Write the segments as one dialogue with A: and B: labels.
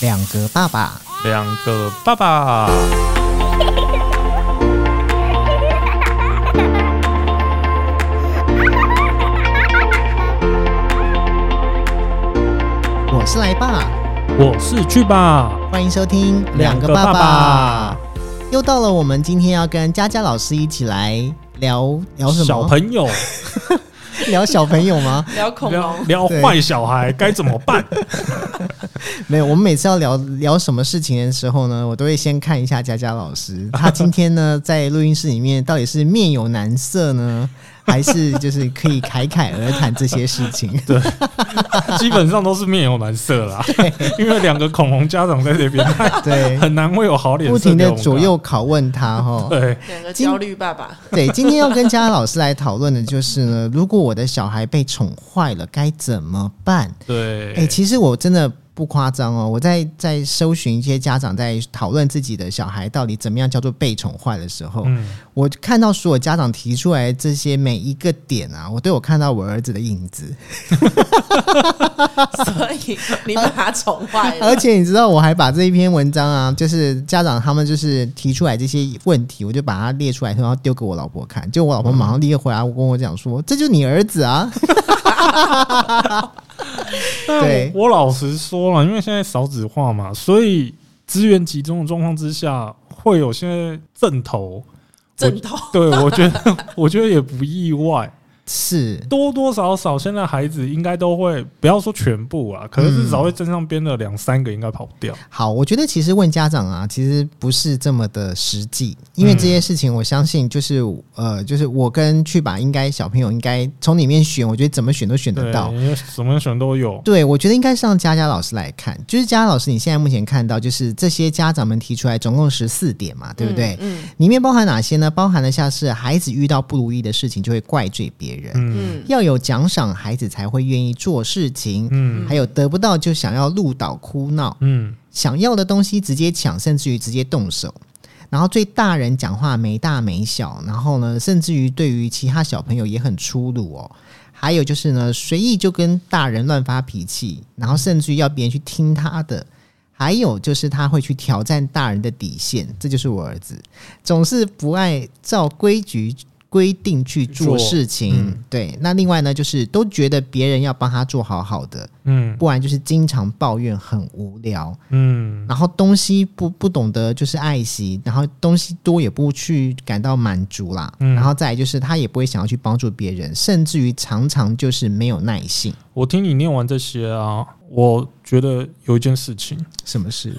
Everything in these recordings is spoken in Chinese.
A: 两个爸爸，
B: 两个爸爸，
A: 我是来爸，
B: 我是去吧。
A: 欢迎收听两个爸爸。又到了我们今天要跟佳佳老师一起来聊聊什么？
B: 小 朋友
A: 聊小朋友吗？
C: 聊恐
A: 哦
B: 聊
C: 龙，
B: 聊
A: 对
B: 坏小孩该怎么办？
A: 没有，我们每次要聊聊什么事情的时候呢，我都会先看一下佳佳老 师，他今天呢在录音室里面到底是面有难色呢，还是就是可以侃侃而谈这些事 情？
B: 基本上都是面有难色啦，因为两个恐龙家长在这边，
A: 对，
B: 很难会有好脸
A: 不
B: 色
A: 停
B: 给
A: 的
B: 我们
A: 左
B: 看
A: 右拷问他哈。
B: 对，
C: 两个
A: 今
C: 焦虑爸爸，
A: 对，今天要跟佳佳老师来讨论的就是呢， 如果我的小孩被宠坏了，该怎么办？
B: 对，
A: 哎、其实我真的不夸张哦，我在在搜寻一些家长在讨论自己的小孩到底怎么样叫做被宠坏的时候，
B: 嗯，
A: 我看到所有家长提出来这些每一个点啊，我都有看到我儿子的影子。
C: 所以你把他宠坏了
A: 而。且你知道，我还把这一篇文章啊，就是家长他们就是提出来这些问题，我就把它列出来，然后丢给我老婆看。就我老婆马上立刻回来，我跟我讲说：“这就是你儿子啊。
B: 但
A: 对
B: 我我老实说了，因为现在少子化嘛，所以资源集中的状况之下，会有些正头。
C: 正头
B: 对，我觉得我觉得也不意外，”
A: 是，
B: 多多少少现在孩子应该都会，不要说全部啊，可能至少会身上边的两三个应该跑不掉。
A: 好，我觉得其实问家长啊，其实不是这么的实际，因为这些事情，我相信就是、呃，就是我跟去吧，应该小朋友应该从里面选，我觉得怎么选都选得嗯
B: 对
A: 到，。
B: 因为什么选都有。
A: 对，我觉得应该是让佳佳老师来看，就是佳佳老师，你现在目前看到就是这些家长们提出来总共十四点嘛，对不对？
C: 嗯
A: 里面包含哪些呢？包含了像是孩子遇到不如意的事情就会怪罪别人，
B: 嗯
C: 嗯
A: 要有奖赏，孩子才会愿意做事情。
B: 嗯
A: 还有得不到就想要鹿岛哭闹，
B: 嗯
A: 想要的东西直接抢，甚至于直接动手。然后对大人讲话没大没小，然后呢，甚至于对于其他小朋友也很粗鲁哦。还有就是呢，随意就跟大人乱发脾气，然后甚至于要别人去听他的。还有就是他会去挑战大人的底线，这就是我儿子，总是不爱照规矩规定去做
B: 做
A: 事情。
B: 嗯
A: 对，那另外呢，就是都觉得别人要帮他做好好的，
B: 嗯
A: 不然就是经常抱怨很无聊。
B: 嗯，
A: 然后东西不不懂得就是爱惜，然后东西多也不去感到满足啦，
B: 嗯
A: 然后再来就是他也不会想要去帮助别人，甚至于常常就是没有耐性。
B: 我听你念完这些啊，我觉得有一件事情，
A: 什么事？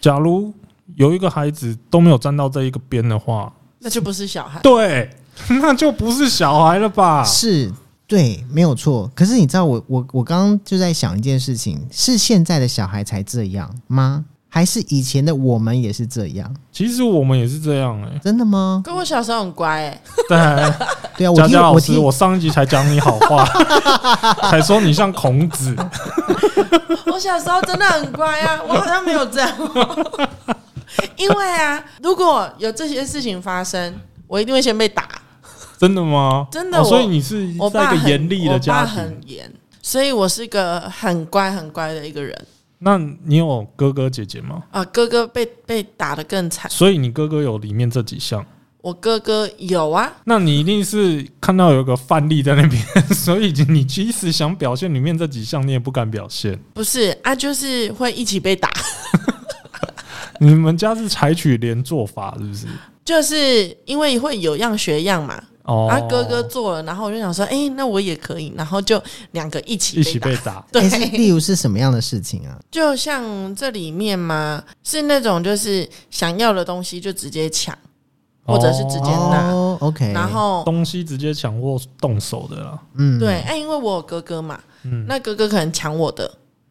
B: 假如有一个孩子都没有站到这一个边的话，
C: 那就不是小孩。
B: 对， 那就不是小孩了吧？
A: 是对，没有错。可是你知道我我我刚刚就在想一件事情：是现在的小孩才这样吗？还是以前的我们也是这样？
B: 其实我们也是这样 哎、
A: 真的吗？
C: 跟我小时候很乖哎、
B: 对，
A: 对啊，我
B: 佳
A: 听
B: 佳老
A: 我
B: 师，
A: 听
B: 我上一集才讲你好话，才说你像孔子。
C: 我小时候真的很乖啊， 我好像没有这样哦。因为啊，如果有这些事情发生，我一定会先被打。
B: 真的吗？
C: 真的
B: 哦
C: 我
B: 所以你是
C: 我爸
B: 在一
C: 很
B: 个严厉的家
C: 我爸很
B: 庭。
C: 严，所以我是个很乖很乖的一个人
B: 那你有哥哥姐姐吗？
C: 啊。哥哥被被打得更惨，
B: 所以你哥哥有里面这几项，
C: 我哥哥有啊，
B: 那你一定是看到有一个范例在那边， 所以你即使想表现里面这几项，你也不敢表现。
C: 不是啊，就是会一起被打。
B: 你们家是采取连做法是不是？
C: 就是因为会有样学样嘛，
B: 哦，
C: 啊，哥哥做了，然后我就想说，哎、那我也可以，然后就两个一起
B: 一起
C: 打
B: 被打，
A: 诶是
C: 对，
A: 哎例如是什么样的事情啊？
C: 就像这里面嘛，是那种就是想要的东西就直接抢，或者是直接拿，
A: 哦，OK，
C: 然
B: 哦
C: 后
B: 东西直接抢或动手的啦。
A: 嗯，
C: 对，，哎，因为我有哥哥嘛，
B: 嗯，
C: 那哥哥可能抢我的，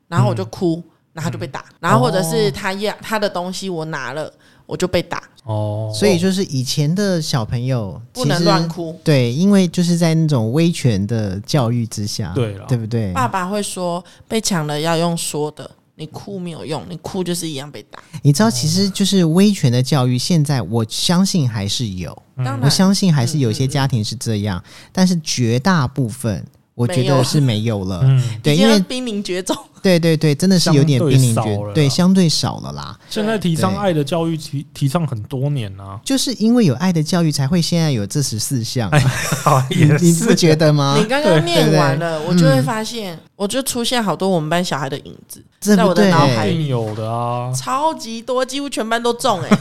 C: 然后我就哭，然后他就被
B: 嗯
C: 打，然后或者
A: 哦
C: 是他要他的东西我拿了，我就被打，
B: 哦，
A: 所以就是以前的小朋友
C: 不能
A: 其实
C: 乱哭。
A: 对，因为就是在那种威权的教育之下，
B: 对啦
A: 对不对？
C: 爸爸会说，被抢了要用说的，你哭没有用，你哭就是一样被打。
A: 你知道，其实就是威权的教育，现在我相信还是有，
C: 当
A: 嗯我
C: 然，
A: 相信还是有些家庭是这样，但是绝大部分我觉
C: 没有
A: 得是没有了。
B: 嗯，
A: 对，
C: 已
A: 因
C: 经
A: 为
C: 濒临绝种。
A: 对对对，真的是有点
B: 相对
A: 濒临
B: 少
A: 绝
B: 了啦，
A: 对，相对少了啦。
B: 现在提倡
A: 对
B: 爱的教育提提倡很多年 啊，
A: 就是因为有爱的教育，才会现在有这十四 项，
B: 哎好
A: 你你不觉得吗
C: 你？刚刚念完了，
A: 啊对嗯
C: 我就会发现，我就出现好多我们班小孩的影子，
A: 对
C: 在我
A: 不对欸
C: 的？脑海
B: 一
C: 里
B: 定有的啊。
C: 超级多，几乎全班 都中哎、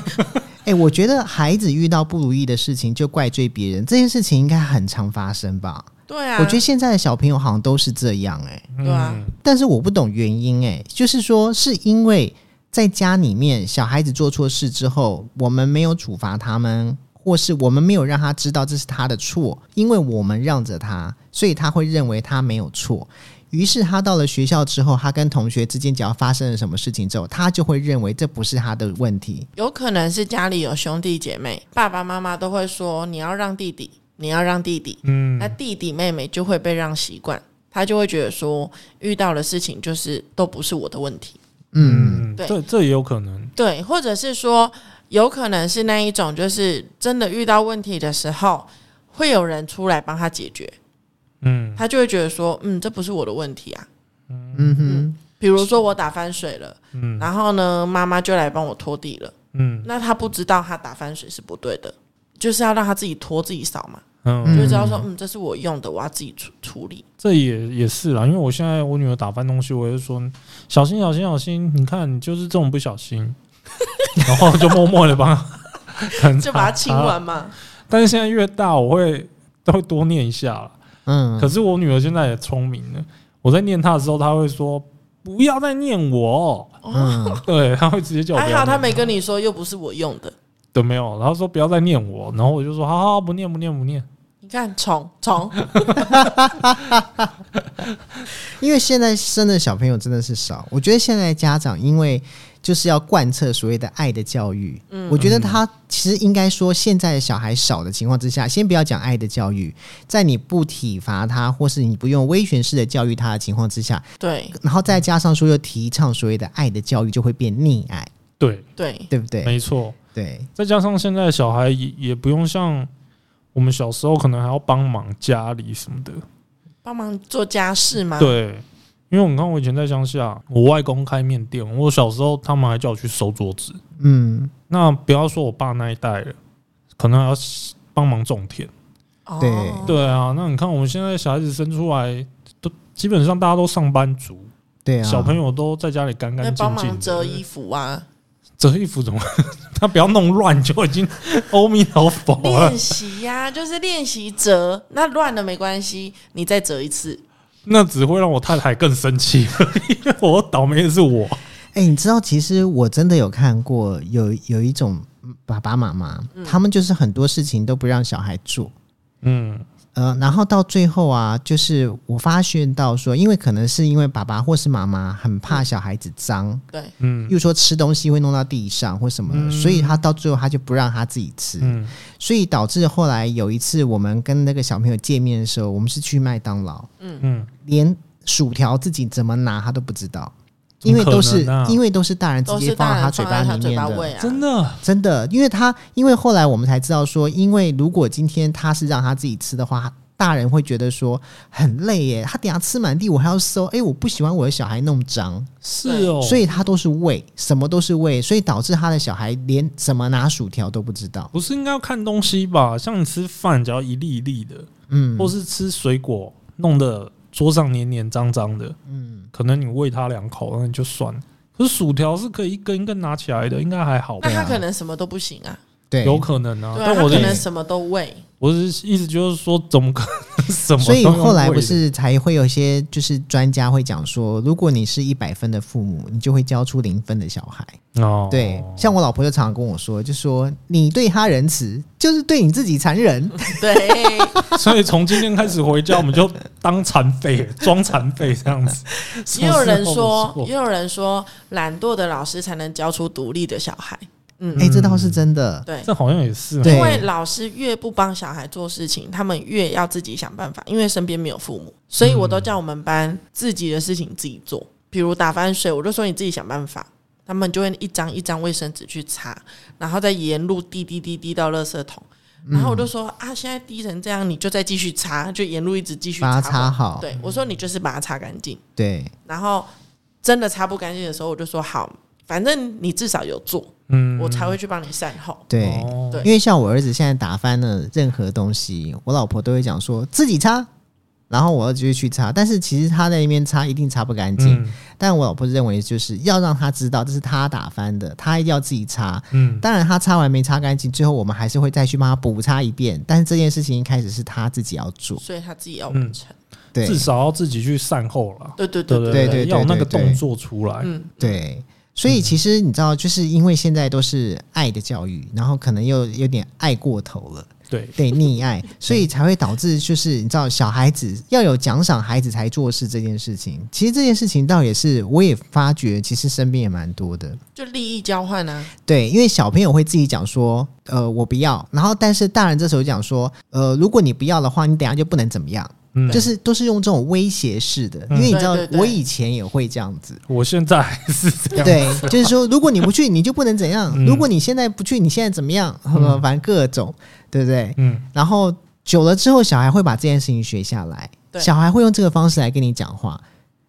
A: 哎、我觉得孩子遇到不如意的事情就怪罪别人，这件事情应该很常发生吧？
C: 对啊，
A: 我觉得现在的小朋友好像都是这样、哎，
B: 嗯
C: 对啊，
A: 但是我不懂原因、哎，就是说是因为在家里面小孩子做错事之后，我们没有处罚他们。或是我们没有让他知道这是他的错，因为我们让着他，所以他会认为他没有错。于是他到了学校之后，他跟同学之间只要发生了什么事情之后，他就会认为这不是他的问题，
C: 有可能是家里有兄弟姐妹，爸爸妈妈都会说你要让弟弟，你要让弟弟，
B: 嗯
C: 那弟弟妹妹就会被让习惯，他就会觉得说遇到的事情就是都不是我的问题，
A: 嗯
B: 嗯，
C: 对
B: 这这也有可能。
C: 对，或者是说有可能是那一种，就是真的遇到问题的时候，会有人出来帮他解决，
B: 嗯，
C: 他就会觉得说，嗯，这不是我的问题啊。
A: 嗯哼，
C: 比如说我打翻水了，
B: 嗯
C: 然后呢，妈妈就来帮我拖地了。
B: 嗯
C: 那他不知道他打翻水是不对的，就是要让他自己拖自己扫嘛，
B: 嗯，
A: 嗯
C: 就知道说，嗯，这是我用的，我要自己处处理。
B: 这也也是啦，因为我现在我女儿打翻东西，我就说小心小心小心，你看你就是这种不小 心，然后就默默的帮她，可能
C: 就把它清
B: 擦
C: 完嘛。
B: 但是现在越大，我会都会多念一下啦。
A: 嗯，
B: 可是我女儿现在也聪明了，我在念她的时候，她会说不要再念我，
A: 嗯，
B: 对，她会直接叫我不
C: 哦还
B: 要
C: 好他
B: 念
C: 没跟你说，又不是我用的。
B: 对没有，然后说不要再念我，然后我就说好好好不念不念不念，
C: 你看虫 虫，
A: 因为现在生的小朋友真的是少，我觉得现在家长因为就是要贯彻所谓的爱的教育，我觉得他其实应该说，现在的小孩少的情况之下，先不要讲爱的教育，在你不体罚他，或是你不用威权式的教育他的情况之下，
C: 对
A: 然后再加上说又提倡所谓的爱的教育，就会变溺爱，
B: 对，
C: 对，
A: 对不对？
B: 没错，
A: 对，
B: 再加上现在的小孩也也不用像我们小时候可能还要帮忙家里什么的，
C: 帮忙做家事嘛。
B: 对，因为我看我以前在乡下，我外公开面店，我小时候他们还叫我去收桌子，
A: 嗯，
B: 那不要说我爸那一代了，可能还要帮忙种田。
C: 哦
A: 对
B: 对啊，那你看我们现在小孩子生出来，都基本上大家都上班族，
A: 对啊，
B: 小朋友都在家里干干
C: 那
B: 净净
C: 帮
B: 的。
C: 忙 折衣服啊，
B: 折衣服怎么？ 他不要弄乱就已经阿弥陀佛了
C: 练。习 呀，就是练习折。那乱了没关系，你再折一次。
B: 那只会让我太太更生气， 因为我倒霉的是我。
A: 哎、你知道，其实我真的有看过有有一种爸爸妈妈，他们就是很多事情都不让小孩做，
B: 嗯
A: 呃，然后到最后啊，就是我发现到说，因为可能是因为爸爸或是妈妈很怕小孩子脏，
C: 对，
B: 嗯
A: 又说吃东西会弄到地上或什么的，
B: 嗯
A: 所以他到最后他就不让他自己吃，
B: 嗯
A: 所以导致后来有一次我们跟那个小朋友见面的时候，我们是去麦当劳，
B: 嗯，
A: 连薯条自己怎么拿他都不知道。因为
B: 怎么
A: 都
B: 可
A: 是、
B: 能啊
A: 因为都是大人直
C: 都
A: 接
C: 是
A: 放
C: 大
A: 到他
C: 人
A: 嘴
C: 放
A: 巴
C: 在
A: 里
C: 他
A: 面
C: 嘴巴
A: 的，
C: 喂啊。
B: 真的，
A: 真的，因为他因为后来我们才知道说，因为如果今天他是让他自己吃的话，大人会觉得说很累耶，他等下吃满地，我还要收，哎，我不喜欢我的小孩弄脏，
B: 是
C: 对
B: 哦，
A: 所以他都是喂，什么都是喂，所以导致他的小孩连怎么拿薯条都不知道。
B: 不是应该要看东西吧？像你吃饭，只要一粒一粒的，
A: 嗯
B: 或是吃水果，弄得桌上黏黏脏脏的，
A: 嗯，
B: 可能你喂它两口，那你就算了。可是薯条是可以一根一根拿起来的，应该还好吧
C: 那？他可能什么都不行啊，
A: 对，
B: 有可能啊。
C: 对啊，
B: 但
C: 他
B: 我
C: 可
B: 的
C: 能
B: 意思，
C: 什么都喂，
B: 我的意思就是说，怎么可能 什么？
A: 所以后来不，是才会有一些就是专家会讲说，如果你是一百分的父母，你就会教出零分的小孩。
B: 哦，
A: 对，像我老婆就常常跟我说，就说你对他仁慈，就是对你自己残忍。
C: 对，
B: 所以从今天开始回家，我们就当残废，装残废这样子。
C: 也有
B: 什
C: 人说
B: 么时候不，
C: 也有人说，懒惰的老师才能教出独立的小孩。
A: 哎、这倒
B: 嗯
A: 是真的。
C: 对，
B: 这好像也是啊，
A: 对
C: 因为老师越不帮小孩做事情，他们越要自己想办法，因为身边没有父母，所以我都叫我们班自己的事情自己做，比如打翻水，我就说你自己想办法。他们就会一张一张卫生纸去擦，然后再沿路滴滴滴滴到垃圾桶，然后我就说、啊，现在滴成这样，你就再继续擦，就沿路一直继续
A: 把它
C: 擦
A: 擦
C: 完
A: 好
C: 对，我说你就是把它擦干净。
A: 对，
C: 然后真的擦不干净的时候，我就说好，反正你至少有做，
B: 嗯
C: 我才会去帮你善后。
A: 对，
B: 哦
C: 对
A: 因为像我儿子现在打翻了任何东西，我老婆都会讲说自己擦，然后我要继续去擦。但是其实他在那边擦一定擦不干净，
B: 嗯
A: 但我老婆认为就是要让他知道这是他打翻的，他一定要自己擦。
B: 嗯，
A: 当然，他擦完没擦干净，最后我们还是会再去帮他补擦一遍。但是这件事情一开始是他自己要做，
C: 所以他自己要完成。
A: 对
B: 至少要自己去善后了。
C: 对对
B: 对
C: 对对
A: 对
B: 对
A: 对
B: 要有那个
A: 对对
B: 动作出来。
C: 嗯，
A: 对。所以其实你知道，就是因为现在都是爱的教育，然后可能又有点爱过头了。
B: 对，
A: 对溺爱，所以才会导致就是你知道小孩子要有奖赏孩子才做事这件事情。其实这件事情倒也是我也发觉，其实身边也蛮多的。
C: 就利益交换啊，
A: 对，因为小朋友会自己讲说，呃，我不要。然后，但是大人这时候讲说，呃，如果你不要的话，你等下就不能怎么样，
B: 嗯，
A: 就是都是用这种威胁式的。因
B: 嗯
A: 为你知道
C: 对，对对
A: 我以前也会这样子。
B: 我现在还是这样。
A: 对，就是说，如果你不去，你就不能怎样；
B: 嗯
A: 如果你现在不去，你现在怎么样？呃 反正各种，对不对？
B: 嗯，
A: 然后久了之后，小孩会把这件事情学下来，
C: 对
A: 小孩会用这个方式来跟你讲话。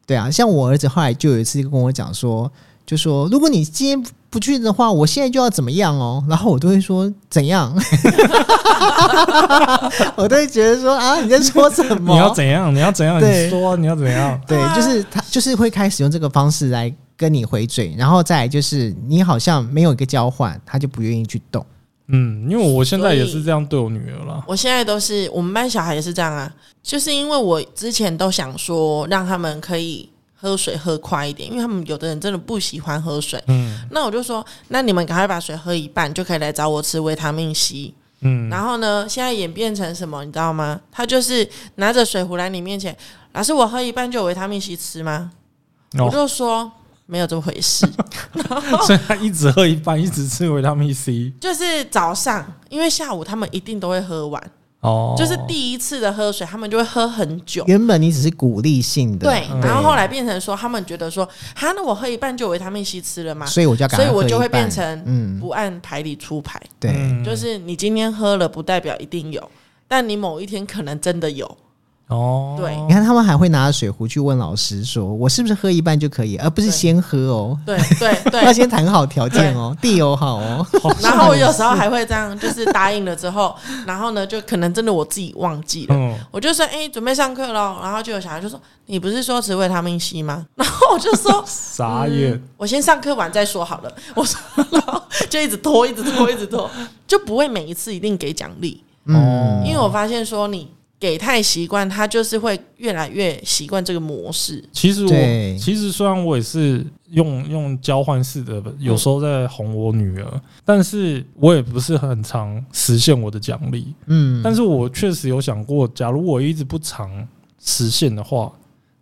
A: 对啊，像我儿子后来就有一次跟我讲说，就说如果你今天不去的话，我现在就要怎么样哦。然后我都会说怎 样，我都会觉得说啊，你在说什么？
B: 你要怎样？你要怎样？
A: 对
B: 你说啊你要怎样？
A: 对，就是他就是会开始用这个方式来跟你回嘴，然后再来就是你好像没有一个交换，他就不愿意去动。
B: 嗯，因为我现在也
C: 所
B: 是
C: 以
B: 这样对我女儿啦。
C: 我现在都是我们班小孩也是这样啊，就是因为我之前都想说让他们可以喝水喝快一点，因为他们有的人真的不喜欢喝水。
B: 嗯
C: 那我就说，那你们赶快把水喝一半，就可以来找我吃维他命 C。
B: 嗯，
C: 然后呢，现在演变成什么，你知道吗？他就是拿着水壶来你面前，老师，我喝一半就有维他命 C 吃吗？
B: 哦
C: 我就说没有这回事，
B: 所以她一直喝一半，一直吃维他命 C。
C: 就是早上，因为下午他们一定都会喝完，
B: 哦，
C: 就是第一次的喝水，他们就会喝很久。
A: 原本你只是鼓励性的，
C: 对，
B: 嗯
C: 然后后来变成说，他们觉得说，哈，那我喝一半就有维他命 C 吃了嘛，
A: 所以我就要赶
C: 所
A: 快
C: 以我就
A: 喝
C: 会
A: 一半
C: 变成
A: 嗯，
C: 不按牌理出牌，
A: 对。
B: 嗯
C: 就是你今天喝了，不代表一定有，但你某一天可能真的有。
B: 哦，
C: 对
A: 你看，他们还会拿着水壶去问老师说：“我是不是喝一半就可以，而不是
C: 对
A: 先喝哦？
C: 对对对，
A: 要先谈好条件哦，地友好哦。
B: 好像
C: 然后我有时候还会这样，就是答应了之后，然后呢，就可能真的我自己忘记了。
B: 嗯，
C: 我就说，哎、准备上课喽。然后就有小孩就说，你不是说吃维他命 C 吗？然后我就说，
B: 傻
A: 嗯
B: 眼。
C: 我先上课完再说好了。 我说，然后就一直拖，一直拖，一直拖，就不会每一次一定给奖励，”
A: 嗯，
C: 因为我发现说你给太习惯，他就是会越来越习惯这个模式。
B: 其实
A: 对
B: 我其实虽然我也是用用交换式的，有时候在哄我女儿，
A: 嗯
B: 但是我也不是很常实现我的奖励。
A: 嗯，
B: 但是我确实有想过，假如我一直不常实现的话，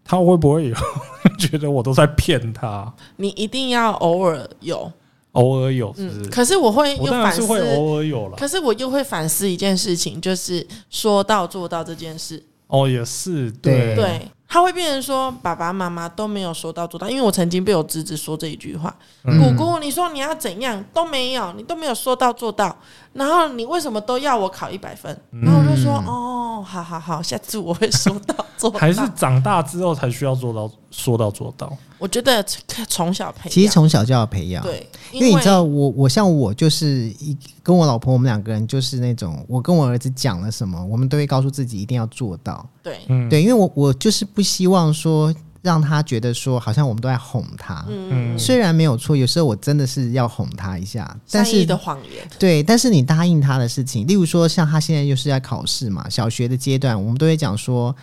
B: 她会不会有 觉得我都在骗她？
C: 你一定要偶尔有，
B: 偶尔有，是不
C: 嗯，
B: 是？
C: 可是我会
B: 我
C: 又
B: 当然
C: 反
B: 是
C: 思，
B: 会偶尔有了。
C: 可是我又会反思一件事情，就是说到做到这件事。
B: 哦，也是，
A: 对
B: 对，
C: 对，他会变成说爸爸妈妈都没有说到做到，因为我曾经被我侄子说这一句话：“
B: 嗯
C: 姑姑，你说你要怎样都没有，你都没有说到做到，然后你为什么都要我考一百分？”
A: 嗯
C: 然后我就说：“哦，好好好，下次我会说到 做到。”
B: 还是长大之后才需要做到，说到做到。
C: 我觉得从小培养，
A: 其实从小就要培养。
C: 对，
A: 因为你知道我，我像我就是一跟我老婆，我们两个人就是那种，我跟我儿子讲了什么，我们都会告诉自己一定要做到。
C: 对
B: 嗯，
A: 对，因为我我就是不希望说让他觉得说好像我们都在哄他。
B: 嗯，
A: 虽然没有错，有时候我真的是要哄他一下，但
C: 善意
A: 是
C: 的谎言，
A: 对，但是你答应他的事情，例如说像他现在又是在考试嘛，小学的阶段，我们都会讲说，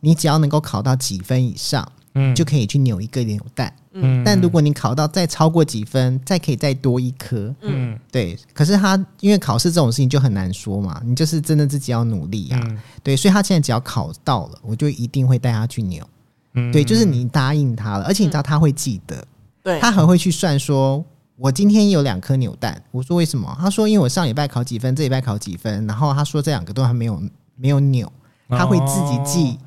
A: 你只要能够考到几分以上，
B: 嗯
A: 就可以去扭一个扭蛋。
B: 嗯
A: 但如果你考到再超过几分，再可以再多一颗。
B: 嗯
A: 对，可是他因为考试这种事情就很难说嘛，你就是真的自己要努力啊。
B: 嗯
A: 对，所以他现在只要考到了，我就一定会带他去扭。
B: 嗯
A: 对，就是你答应他了，而且你知道他会记得，
C: 对，
A: 他很会去算说。我今天有两颗扭蛋，我说为什么？他说因为我上礼拜考几分，这礼拜考几分，然后他说这两个都还没有没有扭，他会自己记，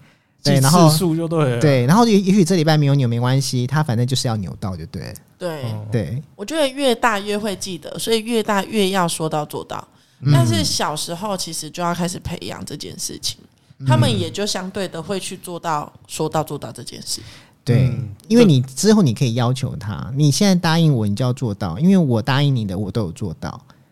A: 对，
B: 哦记
A: 然后
B: 次数就对了，
A: 对，然后也也许这礼拜没有扭没关系，他反正就是要扭到就对了，
C: 对，
B: 哦，
A: 对，
C: 我觉得越大越会记得，所以越大越要说到做到。
B: 嗯
C: 但是小时候其实就要开始培养这件事情，
B: 嗯
C: 他们也就相对的会去做到说到做到这件事。
A: 对，
B: 嗯
A: 因为你之后你可以要求他，你现在答应我，你就要做到，因为我答应你的，我都有做到，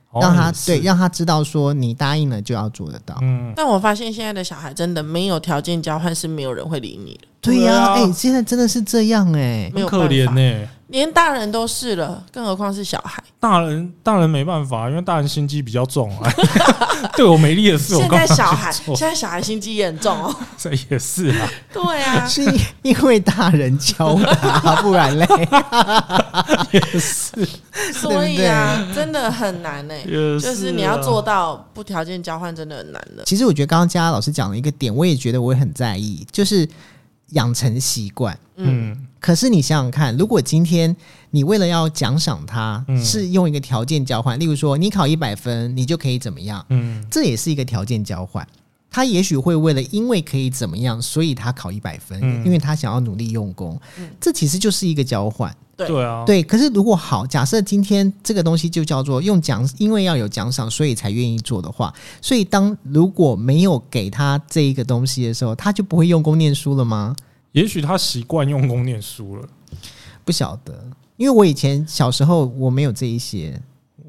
C: 哦
B: 好
A: 让
B: 像
A: 他
B: 哦也是
A: 对让他知道说你答应了就要做得到。
B: 嗯，
C: 但我发现现在的小孩真的没有条件交换，是没有人会理你的，
A: 对
B: 对
A: 呀、
B: 啊
A: 哎、现在真的是这样哎、
C: 没有
B: 可
C: 办法
B: 怜呢。
C: 连大人都是了，更何况是小孩。
B: 大人大人没办法，因为大人心机比较重啊。 对我没力的事，我
C: 现
B: 干
C: 在
B: 嘛
C: 小
B: 去
C: 孩，
B: 做
C: 现在小孩心机严重 哦。
B: 这也是啊，
C: 对啊，
A: 是因为大人教他，不然 嘞，
B: 也是
C: 所以啊，真的很难呢、
B: 也是啊，
C: 就是你要做到不条件交换，真的很难的。
A: 其实我觉得刚刚佳佳老师讲了一个点，我也觉得我也很在意，就是养成习惯。
B: 嗯，
A: 可是你想想看，如果今天你为了要奖赏他，
B: 嗯
A: 是用一个条件交换，例如说你考一百分，你就可以怎么样，
B: 嗯
A: 这也是一个条件交换。他也许会为了因为可以怎么样，所以他考一百分，
B: 嗯
A: 因为他想要努力用功，这其实就是一个交换。
C: 对
B: 对啊，
A: 对，可是如果好，假设今天这个东西就叫做用奖，因为要有奖赏，所以才愿意做的话，所以当如果没有给他这一个东西的时候，他就不会用功念书了吗？
B: 也许他习惯用功念书了。
A: 不晓得，因为我以前小时候我没有这一些，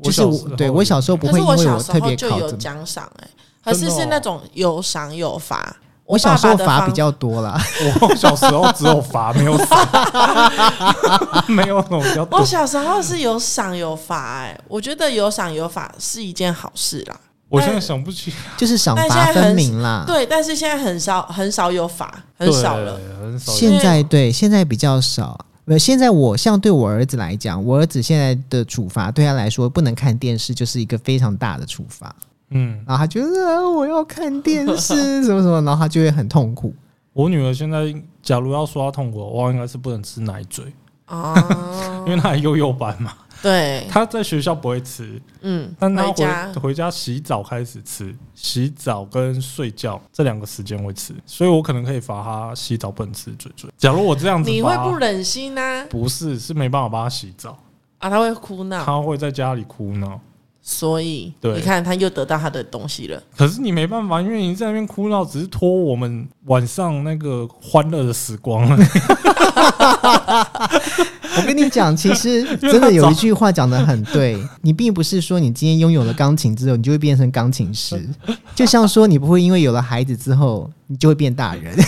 A: 就是
B: 小时候
A: 我对我小时候不
C: 可
A: 会
C: 是
A: 因为
C: 小
A: 我
C: 时
A: 特
C: 候
A: 别
C: 就
A: 考
C: 有
A: 怎么，
C: 奖赏哎，可是
B: 真的哦
C: 是那种有赏有罚。
A: 我小时候
C: 爸爸的
A: 罚
C: 方
A: 比较多啦。
B: 我小时候只有罚没有赏， 没有那种比较多
C: 我。小时候是有赏有罚哎、我觉得有赏有罚是一件好事啦。
B: 我现在想不起，
A: 就是赏
C: 但现
A: 罚
C: 在很
A: 分明啦。，
C: 对，但是现在很少很少有罚， 很少了。
B: 对，很少有。
A: 现在对现在比较少。呃，现在我像对我儿子来讲，我儿子现在的处罚对他来说，不能看电视就是一个非常大的处罚。
B: 嗯，
A: 然后他觉得、啊、我要看电视什么什么，然后他就会很痛苦。
B: 我女儿现在假如要说她痛苦的话，应该是不能吃奶嘴，
C: 哦，
B: 因为她还幼幼班嘛。
C: 对，
B: 她在学校不会吃，
C: 嗯，
B: 但她
C: 回家
B: 回回家洗澡开始吃，洗澡跟睡觉这两个时间会吃，所以我可能可以罚她洗澡不能吃嘴嘴。假如我这样子罚，
C: 你会不忍心呐、啊？
B: 不是是没办法帮她洗澡，
C: 他会哭闹，
B: 她会在家里哭闹。
C: 所以
B: 对
C: 你看他又得到他的东西了。
B: 可是你没办法，因为你在那边哭闹，只是拖我们晚上那个欢乐的时 光了。
A: 我跟你讲，其实真的有一句话讲的很对，你并不是说你今天拥有了钢琴之后，你就会变成钢琴师，就像说你不会因为有了孩子之后，你就会变大人，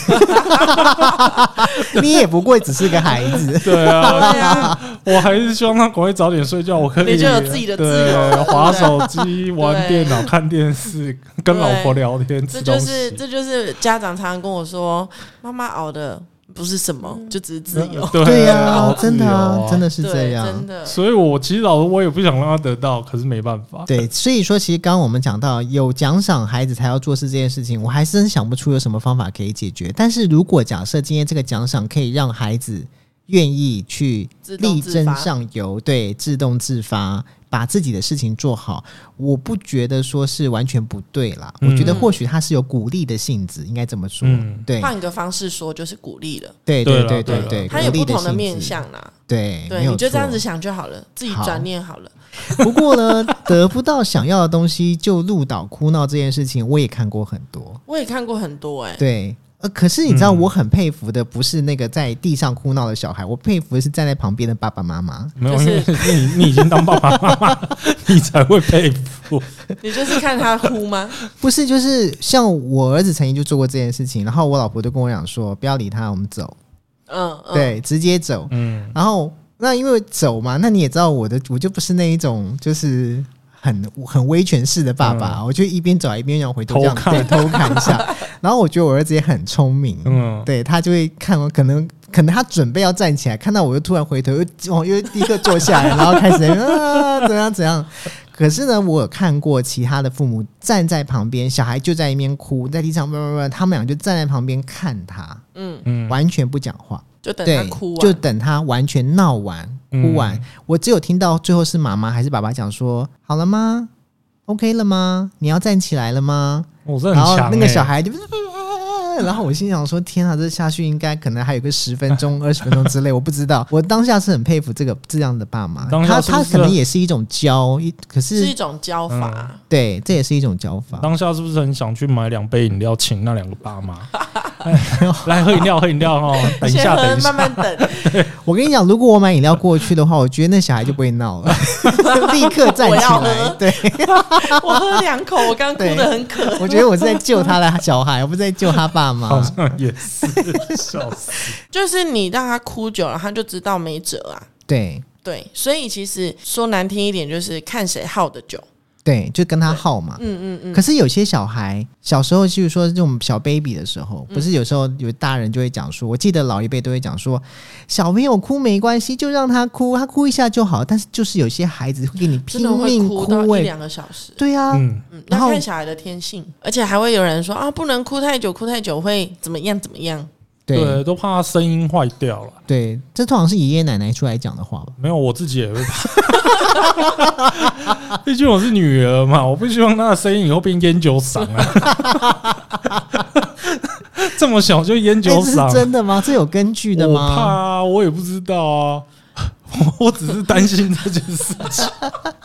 A: 你也不过只是个孩 子。
B: 对啊，
C: 对啊，
B: 我还是希望他赶快早点睡觉，我可以
C: 你就有自己的自由
B: 对
C: 对不
B: 划
C: 对
B: 手机、玩电脑、看电视、跟老婆聊天、
C: 这
B: 吃
C: 就
B: 东
C: 是
B: 西。
C: 这就是家长常常跟我说，妈妈熬的不是什么，
A: 嗯
C: 就只是自由。
A: 对呀、
B: 好自
A: 真的
B: 由
A: 啊，
B: 啊
A: 真。的是
C: 对
A: 这样
C: 真。的。
B: 所以我其实老实我也不想让他得到，可是没办法。
A: 对，所以说其实刚刚我们讲到有奖赏孩子才要做事这件事情，我还真想不出有什么方法可以解决。但是如果假设今天这个奖赏可以让孩子愿意去
C: 自动
A: 力
C: 自
A: 争
C: 发
A: 上游，对，自动自发。把自己的事情做好，我不觉得说是完全不对啦。我觉得或许他是有鼓励的性质，应该这么说。
B: 嗯
A: 对，
C: 换个方式说，就是鼓励了。
A: 对，
B: 对
A: 对，对，哎
B: 啦对
A: 对，
B: 啦
A: 对，
C: 他有
A: 鼓励
C: 不
A: 的
C: 同的
A: 性
C: 面
A: 质。
C: 向啦，
A: 对，没
C: 对，
A: 有
C: 你就这样
A: 错
C: 子想就好了，自己
A: 好
C: 转念好了。
A: 不过呢，得不到想要的东西就鹿岛哭闹这件事情，我也看过很多。
C: 我也看过很多哎、
A: 对，呃，可是你知道，
B: 嗯
A: 我很佩服的不是那个在地上哭闹的小孩，我佩服的是站在旁边的爸爸妈妈。
B: 没有，
C: 就
B: 因
C: 是
B: 为你你已经当爸爸妈妈 了，你才会佩服。
C: 你就是看他哭吗？
A: 不是，就是像我儿子曾经就做过这件事情，然后我老婆就跟我讲说：“不要理他，我们走。”
C: 嗯，嗯，
A: 对，直接走。
B: 嗯，
A: 然后那因为走嘛，那你也知道我的，我就不是那一种就是很很威权式的爸爸，我就一边走一边要回头这样
B: 嗯偷看
A: 对偷看一 下。然后我觉得我儿子也很聪明，
B: 嗯
A: 对他就会看我，可能可能他准备要站起来，看到我又突然回头，又哦又立刻坐下来，然后开始 啊怎样怎样。可是呢，我有看过其他的父母站在旁边，小孩就在一边哭，在地上叭叭叭，他们俩就站在旁边看他，
C: 嗯，
B: 嗯，
A: 完全不讲话。
C: 就等他
A: 对，
C: 哭啊完，
A: 就等他完全闹完、哭完。
B: 嗯
A: 我只有听到最后是妈妈还是爸爸讲说：“好了吗？OK 了吗？你要站起来了吗？”
B: 我这很
A: 然后
B: 强欸。
A: 那个小孩就。然后我心想说：“天啊，这下去应该可能还有个十分钟、 二十分钟之类，我不知道。”我当下是很佩服这个这样的爸妈，
B: 当
A: 他
B: 下是不
A: 他
B: 是
A: 可能也是一种教，一可
C: 是一
A: 是嗯
C: 种教法，啊
A: 对，这也是一种教法。
B: 当下是不是很想去买两杯饮料，请那两个爸 妈 来喝饮料，喝饮料哦，等一
C: 先
B: 下，
C: 喝
B: 等一，下
C: 慢，慢等，
A: 我跟你讲，如果我买饮料过去的话，我觉得那小孩就不会闹 了，立刻站
C: 我
A: 起
C: 要
A: 来
C: 喝。
A: 对，
C: 我喝两口，我刚哭
A: 对
C: 得很渴，
A: 我觉得我是在救他的小孩，我不是在救他爸
B: 好
A: 妈。
B: 像也 是，笑死。
C: 就是你让他哭久了，他就知道没辙啊。
A: 对
C: 对，所以其实说难听一点，就是看谁耗的久。
A: 对，就跟他耗嘛。
C: 嗯嗯嗯，
A: 可是有些小孩小时候，就是说这种小 baby 的时
C: 嗯
A: 候，不是有时候有大人就会讲说，我记得老一辈都会讲说，小朋友哭没关系，就让他哭，他哭一下就好。但是就是有些孩子会给你
C: 真
A: 拼
C: 的会
A: 命
C: 哭到
A: 哎、
C: 一两个小时。
A: 对啊，
B: 嗯，
C: 嗯，要
A: 然后
C: 看小孩的天性，而且还会有人说啊，不能哭太久，哭太久会怎么样怎么样。
A: 对
B: 对，都怕他声音坏掉了。
A: 对，这通常是爷爷奶奶出来讲的话吧。
B: 没有，我自己也会 怕。毕竟我是女儿嘛，我不希望她的声音以后变烟酒嗓啊。 这么小就烟酒
A: 哎这是
B: 嗓，
A: 真的吗？这有根据的
B: 我怕
A: 吗？
B: 啊，我也不知道啊， 我只是担心这件事情。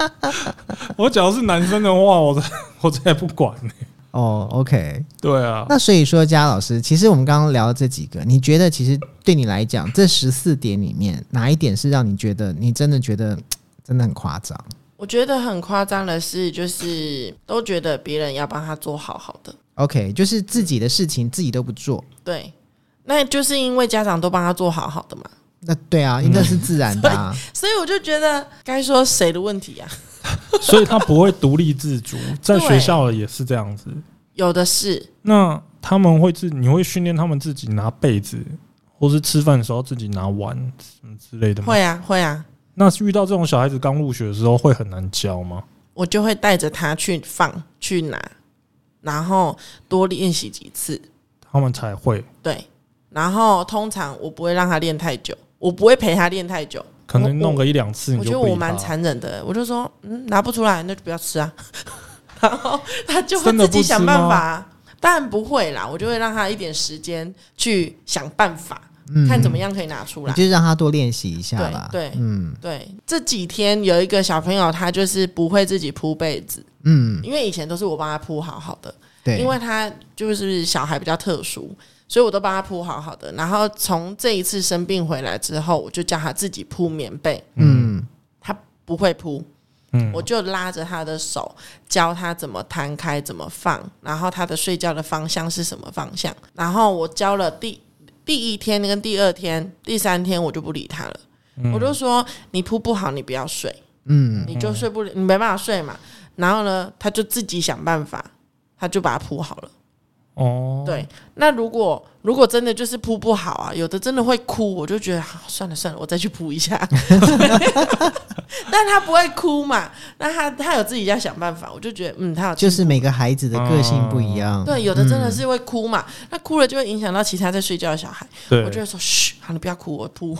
B: 我只要是男生的话，我才 我才不管呢、
A: 哦，OK，
B: 对啊，
A: 那所以说，佳老师，其实我们刚刚聊的这几个，你觉得其实对你来讲，这十四点里面，哪一点是让你觉得你真的觉得真的很夸张？
C: 我觉得很夸张的是，就是都觉得别人要帮他做好好的，
A: OK，就是自己的事情自己都不做，
C: 对，那就是因为家长都帮他做好好的嘛，
A: 那对
C: 嗯
A: 啊，应该是自然的、 啊。
C: 所以我就觉得该说谁的问题啊，
B: 所以他不会独立自主，在
C: 对
B: 学校也是这样子。
C: 有的是，
B: 那他们会自，你会训练他们自己拿被子，或是吃饭的时候自己拿碗什么之类的吗？
C: 会啊会啊，
B: 那遇到这种小孩子刚入学的时候，会很难教吗？
C: 我就会带着他去放去拿，然后多练习几次，
B: 他们才会，
C: 对，然后通常我不会让他练太久，我不会陪他练太久，
B: 可能弄个一两次你
C: 我
B: 就
C: 觉得
B: 不理
C: 我蛮
B: 他
C: 残忍的，我就说，嗯，拿不出来那就不要吃啊， 然后他就会
B: 真的
C: 自
B: 不
C: 己
B: 吃
C: 想办
B: 吗
C: 法啊。当然不会啦，我就会让他一点时间去想办法，
A: 嗯，
C: 看怎么样可以拿出
A: 你
C: 来。
A: 就让他多练习一下
C: 对
A: 啦。
C: 对
A: 嗯
C: 对，这几天有一个小朋友，他就是不会自己铺被子，
A: 嗯，
C: 因为以前都是我帮他铺好好的，
A: 对，
C: 因为他就是小孩比较特殊，所以我都帮他铺好好的。然后从这一次生病回来之后，我就叫他自己铺棉被，
A: 嗯
C: 他不会铺，
B: 嗯，
C: 我就拉着他的手，教他怎么摊开、怎么放，然后他的睡觉的方向是什么方向。然后我教了第第一天跟第二天、第三天，我就不理他了。我就说你铺不好，你不要睡，
A: 嗯，
C: 你就睡不了，你没办法睡嘛。然后呢，他就自己想办法，他就把它铺好了。
B: 哦，
C: 对，那如果如果真的就是铺不好啊，有的真的会哭，我就觉得、啊、算了算了，我再去铺一下。 但他不会哭嘛？那他他有自己要想办法，我就觉得嗯，他有
A: 就
C: 进
A: 是嗯
C: 步
A: 每个孩子的个性不一样。
C: 对，有的真的是会哭嘛，那哭了就会影响到其他在睡觉的小孩。
B: 对，
C: 我就会说嘘，好，你不要哭，我铺。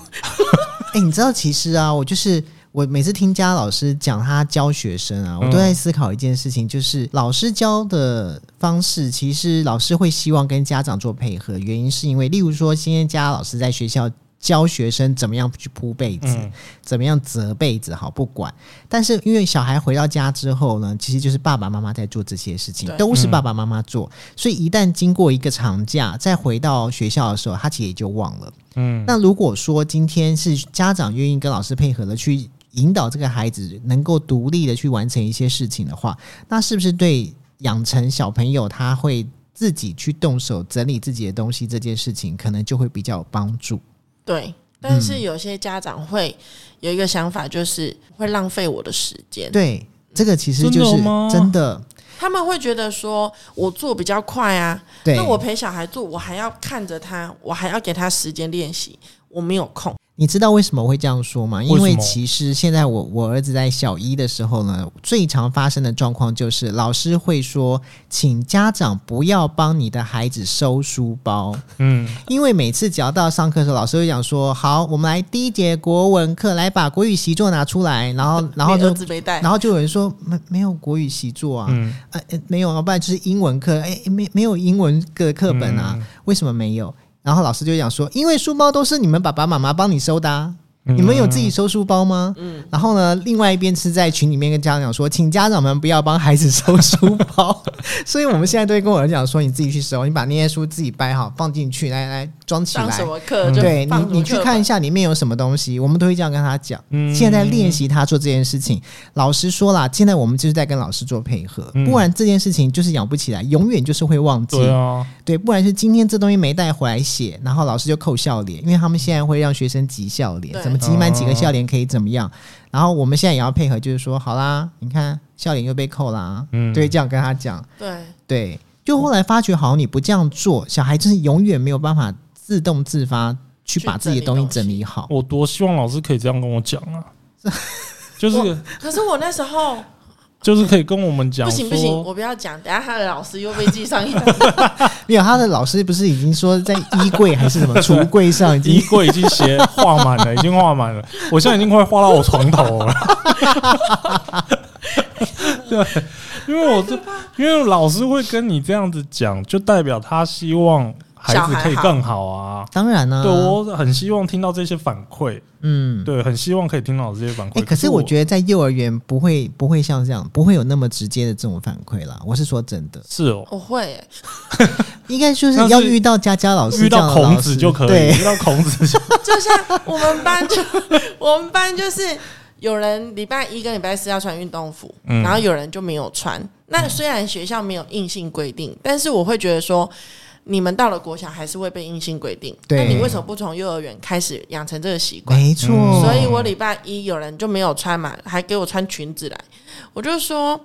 A: 哎、你知道其实啊，我就是我每次听佳老师讲他教学生
C: 嗯
A: 啊，我都在思考一件事情，就是老师教的方式，其实老师会希望跟家长做配合，原因是因为，例如说，今天佳老师在学校。教学生怎么样去铺被子，
B: 嗯
A: 怎么样折被子，好不管。但是因为小孩回到家之后呢，其实就是爸爸妈妈在做这些事情，
C: 对
A: 都是
B: 嗯
A: 爸爸妈妈做。所以一旦经过一个长假，再回到学校的时候，他其实也就忘了。
B: 嗯，
A: 那如果说今天是家长愿意跟老师配合的去引导这个孩子能够独立的去完成一些事情的话，那是不是对养成小朋友他会自己去动手整理自己的东西这件事情，可能就会比较有帮助？
C: 对，但
A: 嗯
C: 是有些家长会有一个想法，就是会浪费我的时间。
A: 对，这个其实就是
B: 真的吗
A: 真的，
C: 他们会觉得说我做比较快啊，
A: 对
C: 那我陪小孩做，我还要看着他，我还要给他时间练习，我没有空。
A: 你知道为什么我会这样说吗？因
B: 为
A: 为
B: 什么
A: 其实现在我我儿子在小一的时候呢，最常发生的状况就是老师会说，请家长不要帮你的孩子收书包，
B: 嗯，
A: 因为每次只要到上课的时候，老师会讲说，好，我们来第一节国文课，来把国语习作拿出来，然 后然后
C: 你儿
A: 就
C: 子没带，
A: 然后就有人说没没有国语习作啊，
B: 嗯
A: 呃呃没有啊，不然就是英文课，哎没没有英文课课本啊，
B: 嗯
A: 为什么没有？然后老师就讲说，因为书包都是你们爸爸妈妈帮你收的、啊。
B: 嗯
A: 你们有自己收书包吗？嗯，然后呢，另外一边是在群里面跟家长说，请家长们不要帮孩子收书包。 所以我们现在都会跟我儿子讲说，你自己去收，你把那些书自己掰好放进去，来来装起来嗯
C: 上。什么课啊就
A: 对你
C: 放什么，
A: 你去
C: 课
A: 看
C: 本
A: 一下里面有什么东西，我们都会这样跟他讲。
B: 嗯
A: 现在练习他做这件事情，老师说啦，现在我们就是在跟老师做配合，
B: 嗯
A: 不然这件事情就是养不起来，永远就是会忘记。
B: 对啊，
A: 对，不然是今天这东西没带回来写，然后老师就扣笑脸，因为他们现在会让学生集笑脸，
C: 对
A: 怎么集满
B: 哦
A: 几个笑脸可以怎么样？然后我们现在也要配合，就是说，好啦，你看笑脸又被扣啦，
B: 嗯
A: 对，这样跟他讲，
C: 对。
A: 对，就后来发觉，好，像你不这样做，小孩就是永远没有办法自动自发去
C: 去
A: 把自己的
C: 整理
A: 东西
C: 东西
A: 整理好。
B: 我多希望老师可以这样跟我讲 啊，就是
C: 可是我那时候
B: 就是可以跟我们讲
C: 不
B: 说，
C: 行不行，我不要讲，等下他的老师又被记上一堂。
A: 没有，他的老师不是已经说在衣柜还是什么 橱柜上已
B: 衣
A: 经
B: 柜已经写画满了，已经画满 了，我现在已经快画到我床头了。对，因为我这，因为老师会跟你这样子讲，就代表他希望孩
C: 小
B: 子
C: 孩
B: 可以
C: 好
B: 更好啊。
A: 当然呢、
B: 对我很希望听到这些反馈，
A: 嗯，
B: 对，很希望可以听到这些反
A: 哎、
B: 馈。
A: 可是我觉得在幼儿园不会不会像这样，不会有那么直接的这种反馈啦。我是说真的，
B: 是哦，
C: 我会耶、
A: 应该就是
B: 但是
A: 要遇到佳佳老师
B: 遇
A: 这样
B: 到
A: 的老师，
B: 孔子就可以，
A: 对，
B: 遇到孔子就
C: 就像我们班就我们班就是有人礼拜一跟礼拜四要穿运动服，
B: 嗯
C: 然后有人就没有穿。
A: 嗯
C: 那虽然学校没有硬性规定，但是我会觉得说。你们到了国小还是会被硬性规定，
A: 对
C: 那你为什么不从幼儿园开始养成这个习惯？
A: 没错、
B: 嗯
C: 所以我礼拜一有人就没有穿嘛，还给我穿裙子来，我就说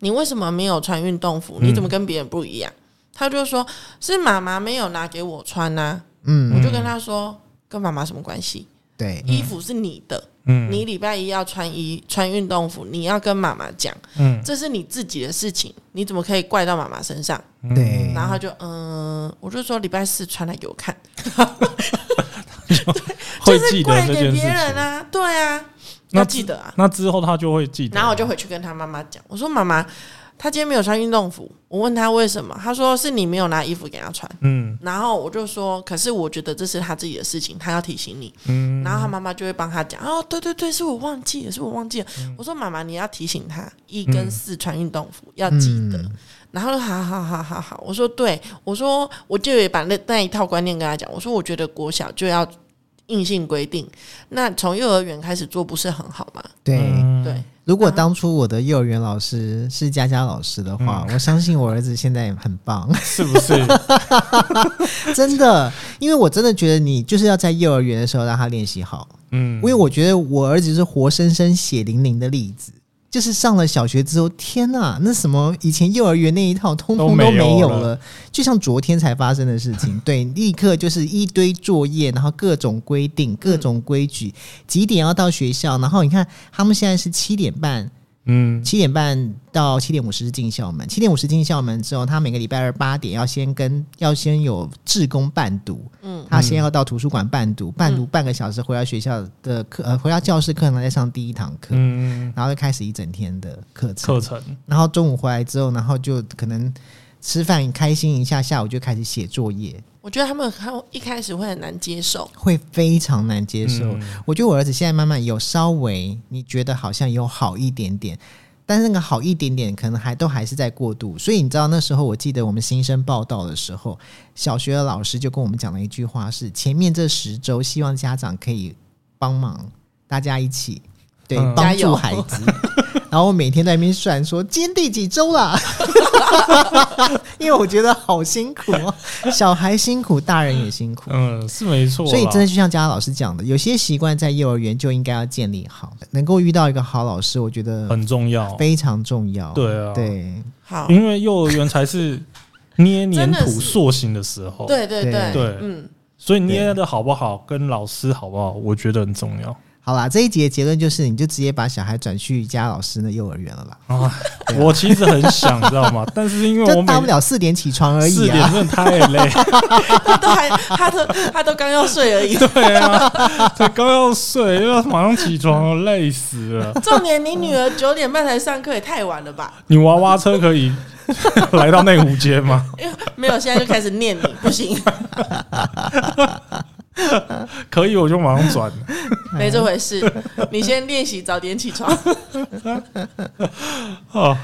C: 你为什么没有穿运动服？你怎么
A: 嗯
C: 跟别人不一样？他就说是妈妈没有拿给我穿啊呐、
A: 嗯，
C: 我就跟他说跟妈妈什么关系？
A: 对，
C: 衣服是你的，
B: 嗯
C: 你礼拜一要穿衣穿运动服，你要跟妈妈讲，
B: 嗯
C: 这是你自己的事情，你怎么可以怪到妈妈身上？
B: 嗯
A: 对
C: 然后他就嗯，我就说礼拜四穿来给我看，
B: 会
C: 就是
B: 记
C: 怪
B: 得这
C: 给
B: 件事
C: 别人
B: 情。
C: 啊，对啊，
B: 那
C: 要
B: 之
C: 记得啊。
B: 那之后他就会记得，啊
C: 然后我就回去跟他妈妈讲，我说妈妈，他今天没有穿运动服，我问他为什么，他说是你没有拿衣服给他穿。
B: 嗯
C: 然后我就说，可是我觉得这是他自己的事情，他要提醒你。
B: 嗯
C: 然后他妈妈就会帮他讲，哦，对对对，是我忘记了，是我忘记了。
B: 嗯
C: 我说妈妈，你要提醒他一跟四穿运动服、要记得。
B: 嗯
C: 然后好好好好好，我说对，我说我就也把那那一套观念跟他讲，我说我觉得国小就要硬性规定，那从幼儿园开始做不是很好吗？
A: 对。
B: 嗯
C: 哎对，
A: 如果当初我的幼儿园老师是佳佳老师的话，
B: 嗯
A: 我相信我儿子现在也很棒，
B: 是不 是？
A: 真的，因为我真的觉得你就是要在幼儿园的时候让他练习好，
B: 嗯
A: 因为我觉得我儿子是活生生血淋淋的例子，就是上了小学之后，天呐，那什么以前幼儿园那一套通通
B: 都没
A: 都
B: 有
A: 没有
B: 了
A: 了，就像昨天才发生的事情，对，立刻就是一堆作业，然后各种规定、各种规矩，几点要到学校，然后你看他们现在是七点半，
B: 嗯
A: 七点半到七点五十是进校门，七点五十进校门之后，他每个礼拜二八点要先跟要先有志工伴读，嗯，他先要到图书馆伴读，伴读半个小时，回到学校的课，呃，回到教室课堂再上第一堂课，
B: 嗯，
A: 然后就开始一整天的课程，
B: 课程
A: 然后中午回来之后，然后就可能吃饭开心一下，下午就开始写作业，
C: 我觉得他们看一开始会很难接受，
A: 会非常难接受。
B: 嗯
A: 我觉得我儿子现在慢慢有稍微，你觉得好像有好一点点，但是那个好一点点可能还都还是在过渡。所以你知道那时候，我记得我们新生报道的时候，小学的老师就跟我们讲了一句话是：前面这十周，希望家长可以帮忙，大家一起对
B: 嗯
A: 帮
C: 加
A: 助
C: 油
A: 孩子。 然后我每天在那边算说今天第几周了， 因为我觉得好辛苦哦，小孩辛苦，大人也辛苦。
B: 嗯，是没错啦。
A: 所以真的就像佳佳老师讲的，有些习惯在幼儿园就应该要建立好，能够遇到一个好老师，我觉得
B: 很重要，
A: 非常重要。
B: 对啊
A: 对，
C: 好，
B: 因为幼儿园才是捏黏
C: 真的
B: 土
C: 是
B: 塑形的时候。，
C: 对对对
B: 对
C: 嗯，
B: 所以捏的好不好，跟老师好不好，我觉得很重要。
A: 好啦，这一集的结论就是，你就直接把小孩转去佳老师的幼儿园了啦，
B: 啊，我其实很想，知道吗？但是因为我
A: 就
B: 每
A: 大不了四点起床而
B: 四
A: 已
B: 点
A: 啊。
B: 真的太累，
C: 他都还他都他都刚要睡而已。
B: 对啊，才刚要睡，又要马上起床，累死了。
C: 重点，你女儿九点半才上课，也太晚了吧？
B: 你娃娃车可以 来到内湖街吗？
C: 没有，现在就开始念你， 不行，
A: 哎
B: 可以，我就马上转。
C: 没这回事。你先练习早点起床。
B: 哦，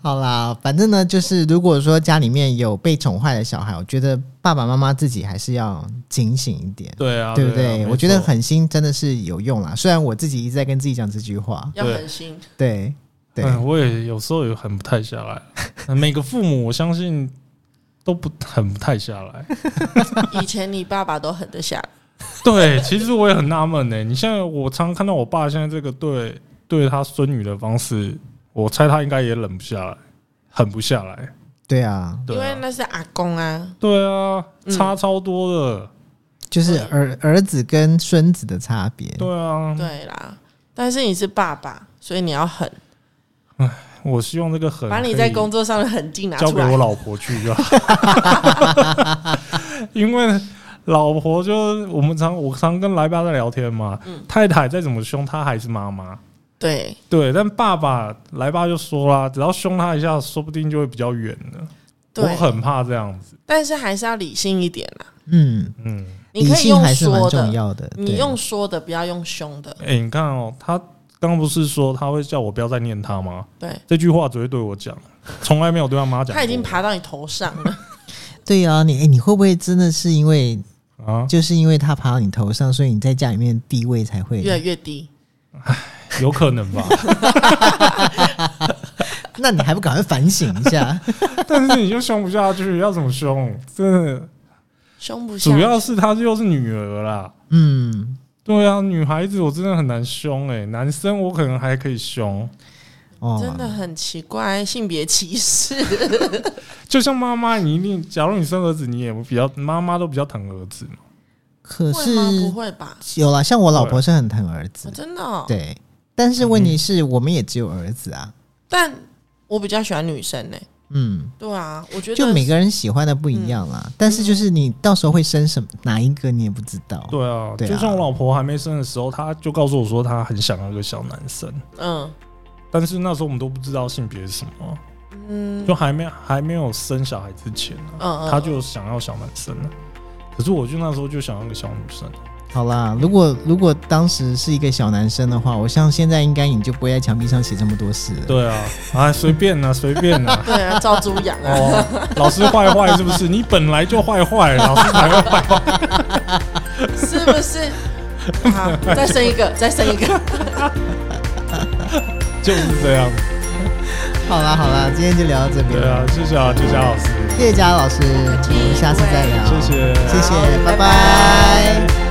A: 好啦，反正呢，就是如果说家里面有被宠坏的小孩，我觉得爸爸妈妈自己还是要警醒一点，
B: 对啊，
A: 对不
B: 对啊？
A: 对？
B: 没
A: 我觉得
B: 错
A: 狠心真的是有用啦，虽然我自己一直在跟自己讲这句话，
C: 要
B: 对
C: 狠心，
A: 对对。
B: 嗯，我也有时候也狠不太下来。每个父母，我相信都不狠不太下 来。
C: 以前你爸爸都狠得下来，
B: 对，其实我也很纳闷呢。你现在我常看到我爸现在这个对对他孙女的方式，我猜他应该也忍不下来，狠不下来。
A: 对啊，
B: 对
C: 因为
B: 啊，
C: 那是阿公啊。
B: 对啊，
C: 嗯
B: 差超多的。
A: 就是儿儿子跟孙子的差别。
B: 嗯对啊，
A: 嗯
C: 对啦，但是你是爸爸，所以你要狠，
B: 我希望这个狠
C: 把你
B: 可
C: 在
B: 以
C: 工作上的狠劲拿
B: 交
C: 出
B: 给
C: 来
B: 我。老婆去就好， 因为老婆就是我们常我常跟来爸在聊天嘛，
C: 嗯
B: 太太再怎么凶，她还是妈妈。
C: 对，
B: 对，但爸爸来爸就说啦，只要凶他一下，说不定就会比较远了。我
C: 对
B: 很怕这样子，
C: 但是还是要理性一点啦。
A: 嗯，
B: 嗯，
C: 你
A: 理
C: 可以
A: 性
C: 用
A: 还是蛮
C: 说
A: 重
C: 的，
A: 要的。
C: 你
A: 对啊
C: 用说的，不要用凶的。
B: 哎、你看哦，他刚不是说他会叫我不要再念他吗？
C: 对，
B: 这句话只会对我讲，从来没有对他妈讲过。
C: 他已经爬到你头上了。
A: 对啊，你哎、你会不会真的是因为
B: 啊，
A: 就是因为他爬到你头上，所以你在家里面地位才会？
C: 越来越低，
B: 有可能 吧？
A: 那你还不赶快反省一 下？
B: 但是你就凶不下去，要怎么凶？真的。
C: 凶不下。
B: 主要是她又是女儿啦。
A: 嗯，
B: 对啊，女孩子我真的很难凶哎、男生我可能还可以凶，
A: 哦，
C: 真的很奇怪，性别歧视。
B: 就像妈妈，你一定，假如你生儿子，你也比较妈妈都比较疼儿子嘛。
A: 可
C: 会吗？不
A: 是
C: 会吧？
A: 有啦，像我老婆是很疼儿
C: 我
A: 子，
C: 真的、哦。
A: 对。但是问题是我们也只有儿子啊，
C: 但我比较喜欢女生呢、欸
A: 嗯，
C: 对啊，我觉得嗯
A: 就每个人喜欢的不一样啦。但是就是你到时候会生什么哪一个你也不知道，
B: 对啊，
A: 对啊
B: 就像我老婆还没生的时候，她就告诉我说她很想要一个小男生，
C: 嗯
B: 但是那时候我们都不知道性别是什么，
C: 嗯
B: 就还没还没有生小孩之前
C: 嗯
B: 啊，
C: 嗯，
B: 她就想要小男生了。可是我就那时候就想要一个小女生，
A: 好啦，如果如果当时是一个小男生的话，我像现在应该你就不会在墙壁上写这么多事了。
B: 对啊， 啊随便啦、随便 啦、
C: 对啊，照猪养啊。
B: 哦，老师坏坏是不是？你本来就坏坏，老师才会坏坏。
C: 是不是？好，再生一个，再生一个。
B: 就是这样。
A: 好啦好啦，今天就聊到这边
B: 对啊
A: 了，，
B: 谢谢啊，谢谢老师，
A: 谢谢贾老师，我们下次再聊，
B: 谢谢，
A: 谢谢，
C: 好
A: 拜
C: 拜
A: 拜
C: 拜